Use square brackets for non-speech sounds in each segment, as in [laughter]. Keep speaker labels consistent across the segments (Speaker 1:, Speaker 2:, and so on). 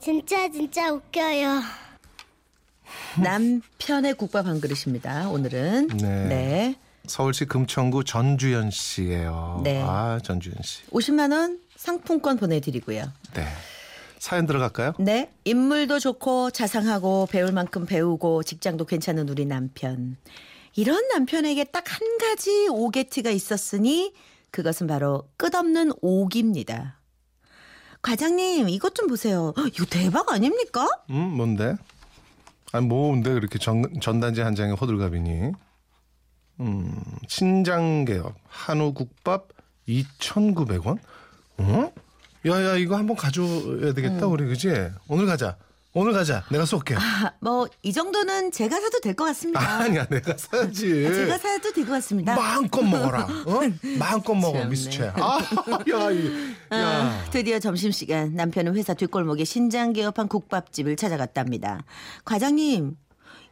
Speaker 1: 진짜 진짜 웃겨요.
Speaker 2: 남편의 국밥 한 그릇입니다. 오늘은
Speaker 3: 네.
Speaker 2: 네.
Speaker 3: 서울시 금천구 전주현 씨예요.
Speaker 2: 네.
Speaker 3: 아 전주현 씨.
Speaker 2: 50만 원 상품권 보내드리고요.
Speaker 3: 네. 사연 들어갈까요?
Speaker 2: 네. 인물도 좋고 자상하고 배울 만큼 배우고 직장도 괜찮은 우리 남편. 이런 남편에게 딱 한 가지 오게트가 있었으니 그것은 바로 끝없는 오기입니다. 과장님 이것 좀 보세요. 헉, 이거 대박 아닙니까?
Speaker 3: 음 뭔데? 아니 뭐 뭔데 그렇게 전, 전단지 한 장에 호들갑이니? 음 신장개업 한우 국밥 2,900원? 어? 야야 이거 한번 가져야 되겠다 우리 그지? 오늘 가자. 오늘 가자. 내가 쏠게.
Speaker 2: 음. 아, 뭐이 정도는 제가 사도 될 것 같습니다.
Speaker 3: 아니야 예. 뭐, 내가 사야지.
Speaker 2: 아, 제가 사도 될 것 같습니다.
Speaker 3: 마음껏
Speaker 2: [laughs]
Speaker 3: 먹어라. 어? 마음껏 먹어
Speaker 2: 참네.
Speaker 3: 미수채. 아, 야, 이, 야.
Speaker 2: 아, 드디어 점심시간 남편은 회사 뒷골목에 신장 개업한 국밥집을 찾아갔답니다. 과장님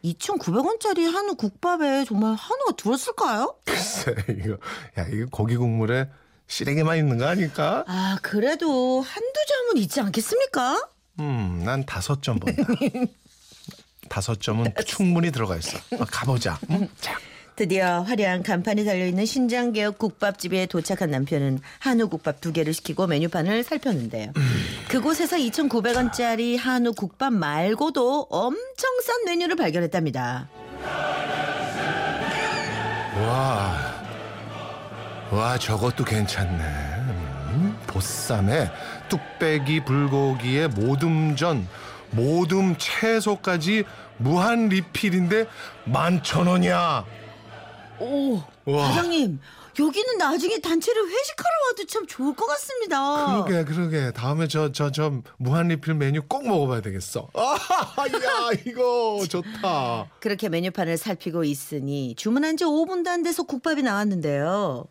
Speaker 2: 2,900원짜리 한우 국밥에 정말 한우가 들었을까요?
Speaker 3: 글쎄 [laughs] 이거, 야 이거 고기 국물에 시래기만 있는 거 아닐까?
Speaker 2: 아 그래도 한두 점은 있지 않겠습니까?
Speaker 3: 음, 난 다섯 점 [laughs] 본다. 다섯 점은 충분히 들어가 있어. 어, 가보자. 응? 자,
Speaker 2: 드디어 화려한 간판이 달려있는 신장 개업 국밥집에 도착한 남편은 한우 국밥 두 개를 시키고 메뉴판을 살폈는데요. 그곳에서 2,900원짜리 한우 국밥 말고도 엄청 싼 메뉴를 발견했답니다.
Speaker 3: 와, 와 저것도 괜찮네. 음, 보쌈에 뚝배기 불고기에 모듬전, 모듬 채소까지 무한 리필인데 만천 원이야.
Speaker 2: 오,
Speaker 3: 와.
Speaker 2: 과장님 여기는 나중에 단체로 회식하러 와도 참 좋을 것 같습니다.
Speaker 3: 그러니까 그러게 그러게 다음에 저 저 저 무한 리필 메뉴 꼭 먹어봐야 되겠어. [laughs] 아야 이거 좋다.
Speaker 2: 그렇게 메뉴판을 살피고 있으니 주문한 지 5분도 안 돼서 국밥이 나왔는데요.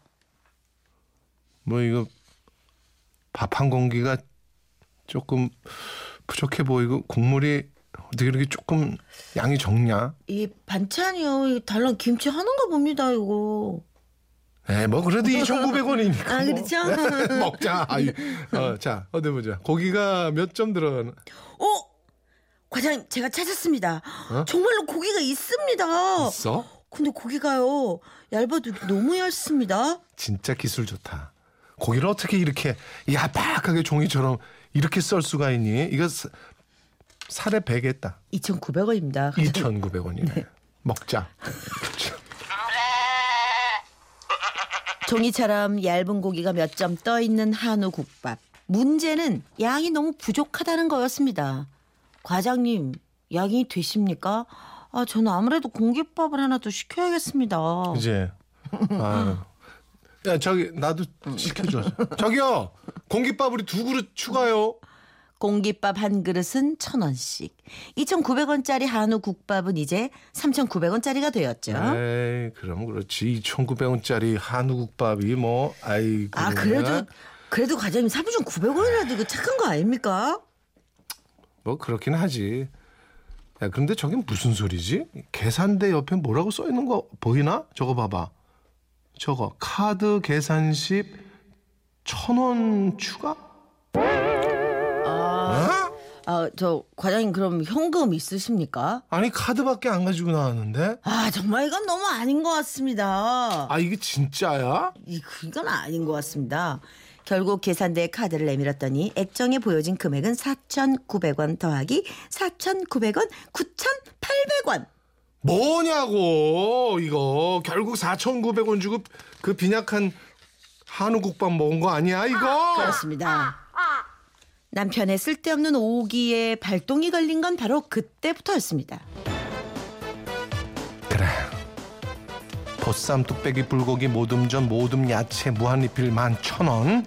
Speaker 3: 뭐 이거 밥 한 공기가 조금 부족해 보이고 국물이 어떻게 이렇게 조금 양이 적냐?
Speaker 2: 이 반찬이요, 이 달랑 김치 하는가 봅니다 이거.
Speaker 3: 에 뭐 그래도 2,900원이니까. 뭐.
Speaker 2: 아, 그렇죠?
Speaker 3: [laughs] 먹자. 아이, 어, 자 어디 보자. 고기가 몇 점 들어가나?
Speaker 2: 어, 과장님 제가 찾았습니다.
Speaker 3: 어?
Speaker 2: 정말로 고기가 있습니다.
Speaker 3: 있어?
Speaker 2: 근데 고기가요 얇아도 너무 얇습니다.
Speaker 3: 진짜 기술 좋다. 고기를 어떻게 이렇게 야박하게 종이처럼 이렇게 썰 수가 있니? 이거 사- 살에 배겠다.
Speaker 2: 2,900원입니다.
Speaker 3: 2,900원이네. 먹자.
Speaker 2: 종이처럼 얇은 고기가 몇 점 떠 있는 한우 국밥. 문제는 양이 너무 부족하다는 거였습니다. 과장님, 양이 되십니까? 아, 저는 아무래도 공깃밥을 하나 더 시켜야겠습니다.
Speaker 3: 이제 아유. 야 저기 나도 시켜줘. 저기요 공깃밥 우리 두 그릇 추가요.
Speaker 2: 공깃밥 한 그릇은 천 원씩. 2,900원짜리 한우 국밥은 이제 3,900원짜리가 되었죠.
Speaker 3: 에이 그럼 그렇지 2,900원짜리 한우국밥이 뭐 아이
Speaker 2: 아, 그래도 그래도 과장님 3,900원이라도 이거 착한 거 아닙니까?
Speaker 3: 뭐 그렇긴 하지. 야 근데 저긴 무슨 소리지? 계산대 옆에 뭐라고 써 있는 거 보이나? 저거 봐봐. 저거 카드 계산십 천 원 추가? 아...
Speaker 2: 아, 저 과장님 그럼 현금 있으십니까?
Speaker 3: 아니 카드밖에 안 가지고 나왔는데?
Speaker 2: 아 정말 이건 너무 아닌 것 같습니다.
Speaker 3: 아 이게 진짜야?
Speaker 2: 이 이건 아닌 것 같습니다. 결국 계산대에 카드를 내밀었더니 액정에 보여진 금액은 4,900원 더하기 4,900원 9,800원.
Speaker 3: 뭐냐고 이거 결국 4,900원 주고 그 빈약한 한우국밥 먹은 거 아니야 이거?
Speaker 2: 그렇습니다. 남편의 쓸데없는 오기에 발동이 걸린 건 바로 그때부터였습니다.
Speaker 3: 그래. 보쌈, 뚝배기, 불고기, 모듬전, 모듬, 야채, 무한리필 만 천원.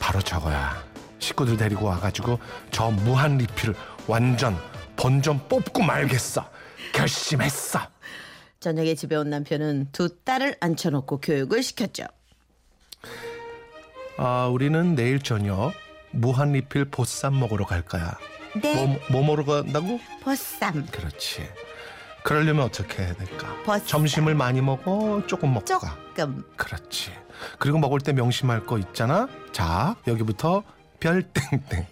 Speaker 3: 바로 저거야. 식구들 데리고 와가지고 저 무한리필 완전 본전 뽑고 말겠어. 결심했어.
Speaker 2: 저녁에 집에 온 남편은 두 딸을 앉혀놓고 교육을 시켰죠.
Speaker 3: 아, 우리는 내일 저녁 무한리필 보쌈 먹으러 갈 거야.
Speaker 2: 네,
Speaker 3: 뭐, 뭐 먹으러 간다고?
Speaker 2: 보쌈.
Speaker 3: 그렇지. 그러려면 어떻게 해야 될까?
Speaker 2: 보쌈.
Speaker 3: 점심을 많이 먹어, 조금 먹고 가.
Speaker 2: 조금
Speaker 3: 그렇지. 그리고 먹을 때 명심할 거 있잖아. 자, 여기부터 별 땡땡.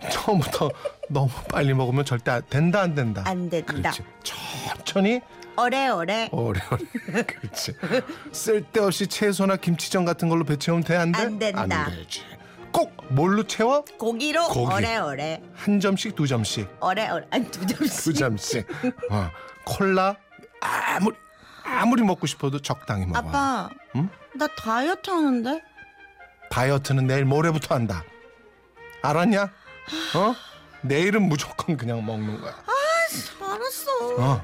Speaker 3: [laughs] 처음부터 너무 빨리 먹으면 절대 안- 된다 안 된다.
Speaker 2: 안 된다.
Speaker 3: 그렇지. 천천히
Speaker 2: 오래오래
Speaker 3: 오래오래. [laughs] 그렇지. 쓸데없이 채소나 김치전 같은 걸로 배채우면 돼 안 돼?
Speaker 2: 안 된다.
Speaker 3: 안 되지. 꼭 뭘로 채워?
Speaker 2: 고기로
Speaker 3: 고기.
Speaker 2: 오래오래
Speaker 3: 한 점씩 두 점씩.
Speaker 2: 오래오래 아니 두
Speaker 3: 두
Speaker 2: 점씩
Speaker 3: 그 점씩.
Speaker 2: [laughs]
Speaker 3: 어, 콜라 아무리 아무리 먹고 싶어도 적당히 먹어.
Speaker 2: 아빠
Speaker 3: 응?
Speaker 2: 나 다이어트 하는데
Speaker 3: 다이어트는 내일 모레부터 한다. 알았냐? 어? 내일은 무조건 그냥 먹는 거야.
Speaker 2: 알았어
Speaker 3: 어.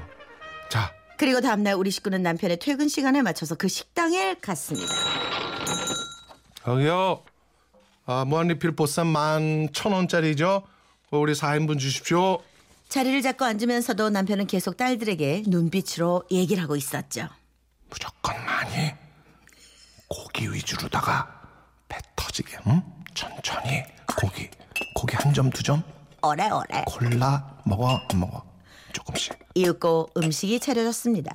Speaker 3: 자,
Speaker 2: 그리고 다음날 우리 식구는 남편의 퇴근 시간에 맞춰서 그 식당에 갔습니다
Speaker 3: 저기요. 아, 무한리필 보쌈 만 천원짜리죠? 우리 4인분 주십시오.
Speaker 2: 자리를 잡고 앉으면서도 남편은 계속 딸들에게 눈빛으로 얘기를 하고 있었죠
Speaker 3: 무조건 많이. 고기 위주로다가 배 터지게, 응? 천천히. 고기. 고기 한 점, 두 점?
Speaker 2: 오래오래
Speaker 3: 콜라 먹어, 안 먹어? 조금씩.
Speaker 2: 이윽고 음식이 차려졌습니다.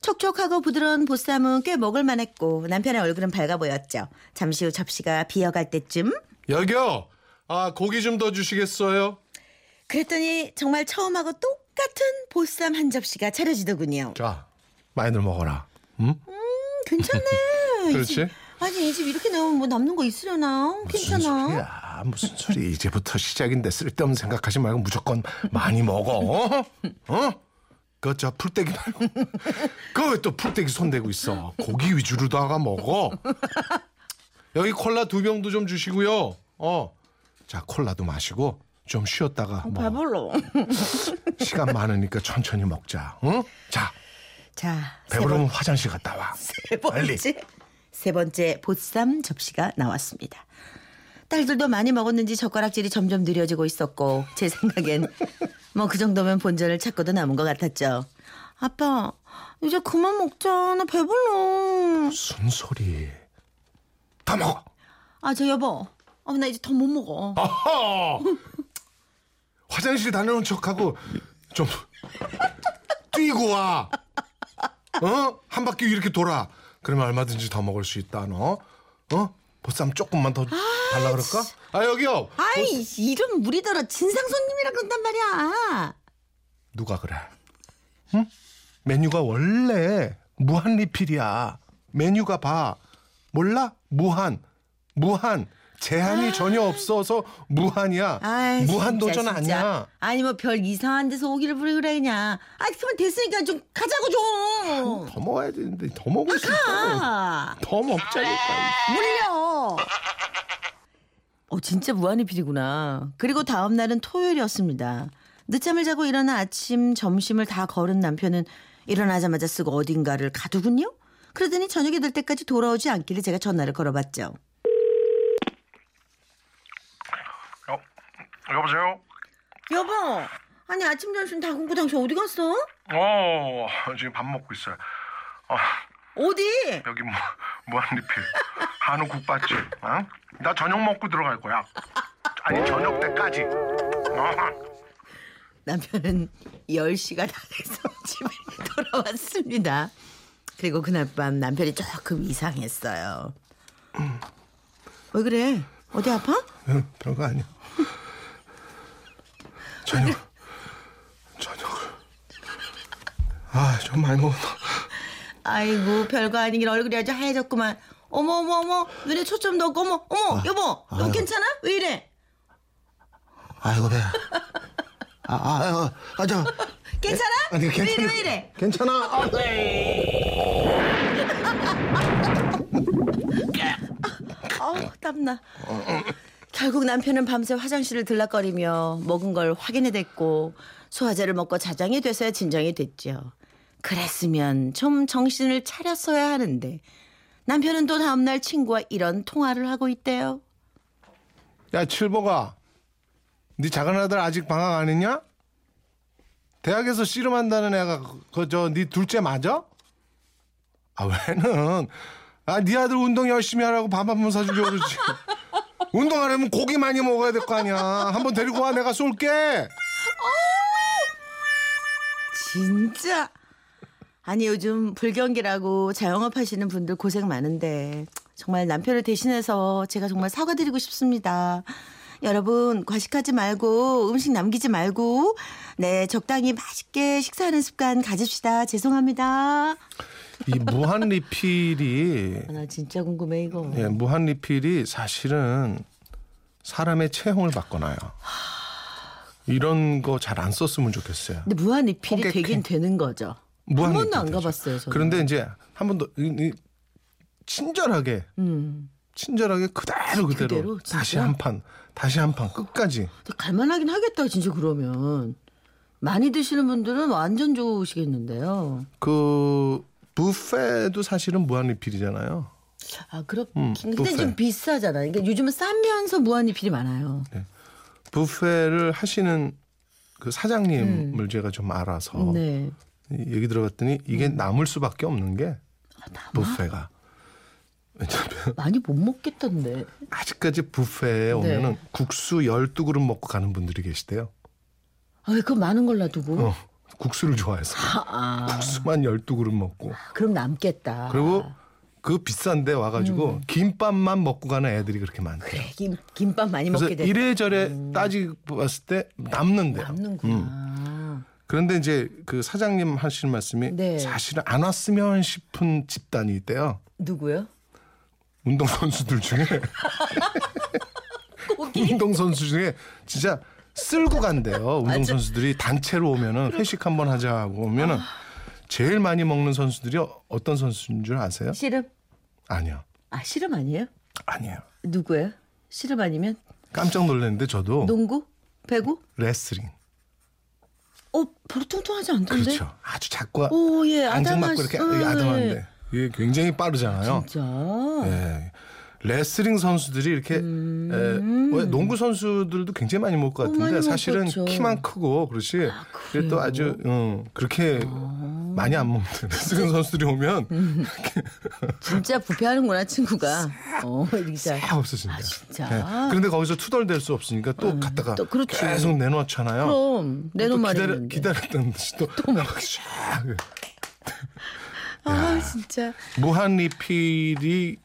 Speaker 2: 촉촉하고 부드러운 보쌈은 꽤 먹을 만했고 남편의 얼굴은 밝아 보였죠. 잠시 후 접시가 비어갈 때쯤
Speaker 3: 여기요. 아, 고기 좀 더 주시겠어요?
Speaker 2: 그랬더니 정말 처음하고 똑같은 보쌈 한 접시가 차려지더군요.
Speaker 3: 자, 많이들 먹어라. 응?
Speaker 2: 음,
Speaker 3: [laughs]
Speaker 2: 괜찮네. 이
Speaker 3: 그렇지?
Speaker 2: 집. 아니 이 집 이렇게 나오면 뭐 남는 거 있으려나?
Speaker 3: 무슨
Speaker 2: 괜찮아.
Speaker 3: 소리야? 무슨 소리? 이제부터 시작인데 쓸데없는 생각하지 말고 무조건 많이 먹어. 어? 어? 그저 풀떼기 말고. [laughs] 그왜또 풀떼기 손대고 있어? 고기 위주로다가 먹어. 여기 콜라 두 병도 좀 주시고요. 어. 자, 콜라도 마시고 좀 쉬었다가 먹어.
Speaker 2: 아, 배불러.
Speaker 3: 시간 많으니까 천천히 먹자. 응? 자,
Speaker 2: 자, 세, 번,
Speaker 3: 배부르면 화장실 갔다 와.
Speaker 2: 세 번째 세 번째 보쌈 접시가 나왔습니다. 딸들도 많이 먹었는지 젓가락질이 점점 느려지고 있었고 제 생각엔 뭐 그 정도면 본전을 찾고도 남은 것 같았죠. 아빠 이제 그만 먹자 나 배불러.
Speaker 3: 무슨 소리? 다 먹어.
Speaker 2: 아 저 여보 어, 나 이제 더 못 먹어.
Speaker 3: 아하! 화장실 다녀온 척하고 좀 뛰고 와. 어? 한 바퀴 이렇게 돌아. 그러면 얼마든지 더 먹을 수 있다. 너. 어? 보쌈 조금만 더 달라 그럴까? 아 여기요.
Speaker 2: 아이 이런 무리더러 진상 손님이라 그런단 말이야.
Speaker 3: 누가 그래? 응? 메뉴가 원래 무한 리필이야. 메뉴가 봐. 몰라? 무한. 무한. 제한이 전혀 없어서 무한이야.
Speaker 2: 아. 아이,
Speaker 3: 무한
Speaker 2: 진짜,
Speaker 3: 도전
Speaker 2: 진짜.
Speaker 3: 아니야.
Speaker 2: 아니 뭐 별 이상한 데서 오기를 부리고 그래 그냥. 아 그만 됐으니까 좀 가자고 좀.
Speaker 3: 더 먹어야 되는데 더 먹을 수 있다.
Speaker 2: 아.
Speaker 3: 더 먹자니까.
Speaker 2: 물려. 어 진짜 무한리필이구나. 그리고 다음 날은 토요일이었습니다. 늦잠을 자고 일어나 아침 점심을 다 걸은 남편은 일어나자마자 쓰고 어딘가를 가두군요. 그러더니 저녁이 될 때까지 돌아오지 않기를 제가 전화를 걸어봤죠.
Speaker 4: 여, 어, 여보세요?
Speaker 2: 여보, 아니 아침 점심 다 굶고 당신 어디 갔어?
Speaker 4: 어, 지금 밥 먹고 있어요. 어,
Speaker 2: 어디?
Speaker 4: 여기 무, 무한리필. 한우 국밥집. 응? 나 저녁 먹고 들어갈 거야. 아니, 저녁 때까지. 어.
Speaker 2: 남편은 [laughs] 10시가 다 돼서 [laughs] 집에 돌아왔습니다. 그리고 그날 밤 남편이 조금 이상했어요. 왜 그래? 어디 아파?
Speaker 3: 응, 별거 아니야. 저녁, 저녁을. 아, 좀 많이 먹었나?
Speaker 2: 아이고 별거 아니긴 얼굴이 아주 하얘졌구만. 어머 어머 어머 눈에 초점 넣고 어머 어머 여보 너
Speaker 3: 아유.
Speaker 2: 괜찮아? 왜 이래?
Speaker 3: 아이고 배. 아, 아, 아, 저.
Speaker 2: 괜찮아?
Speaker 3: 아니, 괜찮아.
Speaker 2: 왜 이래 왜 이래?
Speaker 3: 괜찮아. 아,
Speaker 2: 어우 땀나. 결국 남편은 밤새 화장실을 들락거리며 먹은 걸 확인해댔고 소화제를 먹고 자장이 돼서야 진정이 됐죠. 그랬으면 좀 정신을 차렸어야 하는데 남편은 또 다음날 친구와 이런 통화를 하고 있대요.
Speaker 3: 야, 칠보가. 네 작은 아들 아직 방학 안 했냐? 대학에서 씨름한다는 애가 그저네 둘째 맞아? 아 왜는 아네 아들 운동 열심히 하라고 밥 한 번
Speaker 2: [laughs]
Speaker 3: 사주려고 그러지 운동하려면 고기 많이 먹어야 될 거 아니야 한번 데리고 와 내가 쏠게
Speaker 2: 진짜 아니 요즘 불경기라고 자영업 하시는 분들 고생 많은데 정말 남편을 대신해서 제가 정말 사과드리고 싶습니다. 여러분 과식하지 말고 음식 남기지 말고 네 적당히 맛있게 식사하는 습관 가집시다. 죄송합니다.
Speaker 3: 이 무한 리필이
Speaker 2: 아, 나 진짜 궁금해 이거.
Speaker 3: 예, 무한 리필이 사실은 사람의 체형을 바꿔놔요. 이런 거 잘 안 썼으면 좋겠어요.
Speaker 2: 근데 무한 리필이
Speaker 3: 호객행.
Speaker 2: 되긴 되는 거죠.
Speaker 3: 무한
Speaker 2: 한 번도 안
Speaker 3: 리필 되죠.
Speaker 2: 가봤어요. 저는.
Speaker 3: 그런데 이제 한 번 더 친절하게
Speaker 2: 음.
Speaker 3: 친절하게 그대로 그대로,
Speaker 2: 그대로, 진짜?
Speaker 3: 다시 한 판 다시 한 판 끝까지
Speaker 2: 근데 갈만하긴 하겠다 진짜 그러면 많이 드시는 분들은 완전 좋으시겠는데요.
Speaker 3: 그 뷔페도 사실은 무한 리필이잖아요.
Speaker 2: 아 그렇긴.
Speaker 3: 음,
Speaker 2: 근데
Speaker 3: 뷔페.
Speaker 2: 좀 비싸잖아요. 그러니까 요즘은 싸면서 무한 리필이 많아요.
Speaker 3: 뷔페를 네. 하시는 그 사장님을 제가 좀 알아서
Speaker 2: 음. 네. 음.
Speaker 3: 이- 얘기 들어봤더니 이게 남을 수밖에 없는 게
Speaker 2: 아,
Speaker 3: 뷔페가 왜냐면
Speaker 2: 많이 못 먹겠던데.
Speaker 3: 아직까지
Speaker 2: 네.
Speaker 3: 뷔페에 오면은 국수 12그릇 먹고 가는 분들이 계시대요.
Speaker 2: 아, 그 많은 걸 놔두고.
Speaker 3: 어, 국수를 좋아해서
Speaker 2: 아, 아.
Speaker 3: 국수만 12그릇 먹고
Speaker 2: 그럼 남겠다.
Speaker 3: 그리고 그 비싼데 와가지고
Speaker 2: 음.
Speaker 3: 김밥만 먹고 가는 애들이 그렇게 많대요.
Speaker 2: 김, 김밥 많이
Speaker 3: 그래서
Speaker 2: 먹게 음. 되는
Speaker 3: 이래저래 따지고 봤을 때 남는데요. 음.
Speaker 2: 남는구나.
Speaker 3: 그런데 이제 그 사장님 하시는 말씀이
Speaker 2: 네.
Speaker 3: 사실은 안 왔으면 싶은 집단이 있대요.
Speaker 2: 누구요?
Speaker 3: 운동 선수들
Speaker 2: [laughs]
Speaker 3: 중에 운동 선수 중에 진짜 쓸고 간대요. 운동 선수들이 단체로 오면은 회식 한번 하자 하고 오면은
Speaker 2: 아.
Speaker 3: 제일 많이 먹는 선수들이 어- 어떤 선수인 줄 아세요?
Speaker 2: 씨름?
Speaker 3: 아니요,
Speaker 2: 아, 씨름 아니에요?
Speaker 3: 아니에요.
Speaker 2: 누구예요? 씨름 아니면
Speaker 3: 깜짝 놀랐는데 저도
Speaker 2: 농구? 배구?
Speaker 3: 레슬링
Speaker 2: 어, 별로 통통하지 않던데.
Speaker 3: 그렇죠. 아주 작고
Speaker 2: 오, 예,
Speaker 3: 안장 맞고
Speaker 2: 아담하시-
Speaker 3: 이렇게
Speaker 2: 예.
Speaker 3: 아담한데 이게 굉장히 빠르잖아요.
Speaker 2: 진짜.
Speaker 3: 예. 레슬링 선수들이 이렇게 에, 왜 농구 선수들도 굉장히 많이 먹을
Speaker 2: 음.
Speaker 3: 것
Speaker 2: 어, 많이
Speaker 3: 같은데
Speaker 2: 먹을
Speaker 3: 사실은
Speaker 2: 거죠. 아,
Speaker 3: 키만 크고 그렇지 그게 또 아주 음, 그렇게
Speaker 2: 어.
Speaker 3: 많이 안 먹는 [laughs] 레슬링 선수들이 오면
Speaker 2: 음. 진짜 부패하는구나 친구가. 어, 진짜.
Speaker 3: 다 없어진다.
Speaker 2: 아, 진짜.
Speaker 3: 그런데 거기서 투덜댈 수 없으니까 또 갔다가
Speaker 2: 또 그렇죠.
Speaker 3: 계속 내놓잖아요.
Speaker 2: 그럼
Speaker 3: 어, 또
Speaker 2: 내놓은 말이
Speaker 3: 기다려,
Speaker 2: 있는데. 뭐.
Speaker 3: 기다렸던 듯이 또, [laughs] 막 샥.
Speaker 2: 아, 진짜.
Speaker 3: 무한 리필이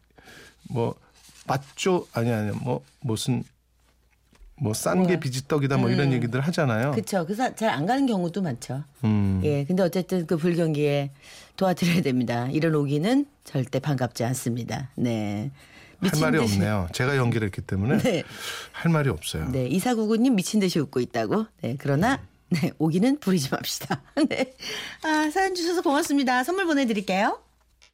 Speaker 3: 뭐 맛조 아니 아니 뭐 무슨 뭐 싼 게 비지떡이다 뭐 이런 얘기들 하잖아요.
Speaker 2: 음. 그렇죠. 그래서 잘 안 가는 경우도 많죠.
Speaker 3: 음.
Speaker 2: 예, 근데 어쨌든 그 불경기에 도와드려야 됩니다. 이런 오기는 절대 반갑지 않습니다. 네.
Speaker 3: 할
Speaker 2: 미친
Speaker 3: 말이
Speaker 2: 듯이-
Speaker 3: 없네요. 제가 연기했기 때문에
Speaker 2: 네.
Speaker 3: 할 말이 없어요.
Speaker 2: 네, 이사구구님 미친 듯이 웃고 있다고. 네, 그러나 [laughs] 네, 오기는 부리지 맙시다. 네. 아, 사연 주셔서 고맙습니다. 선물 보내 드릴게요.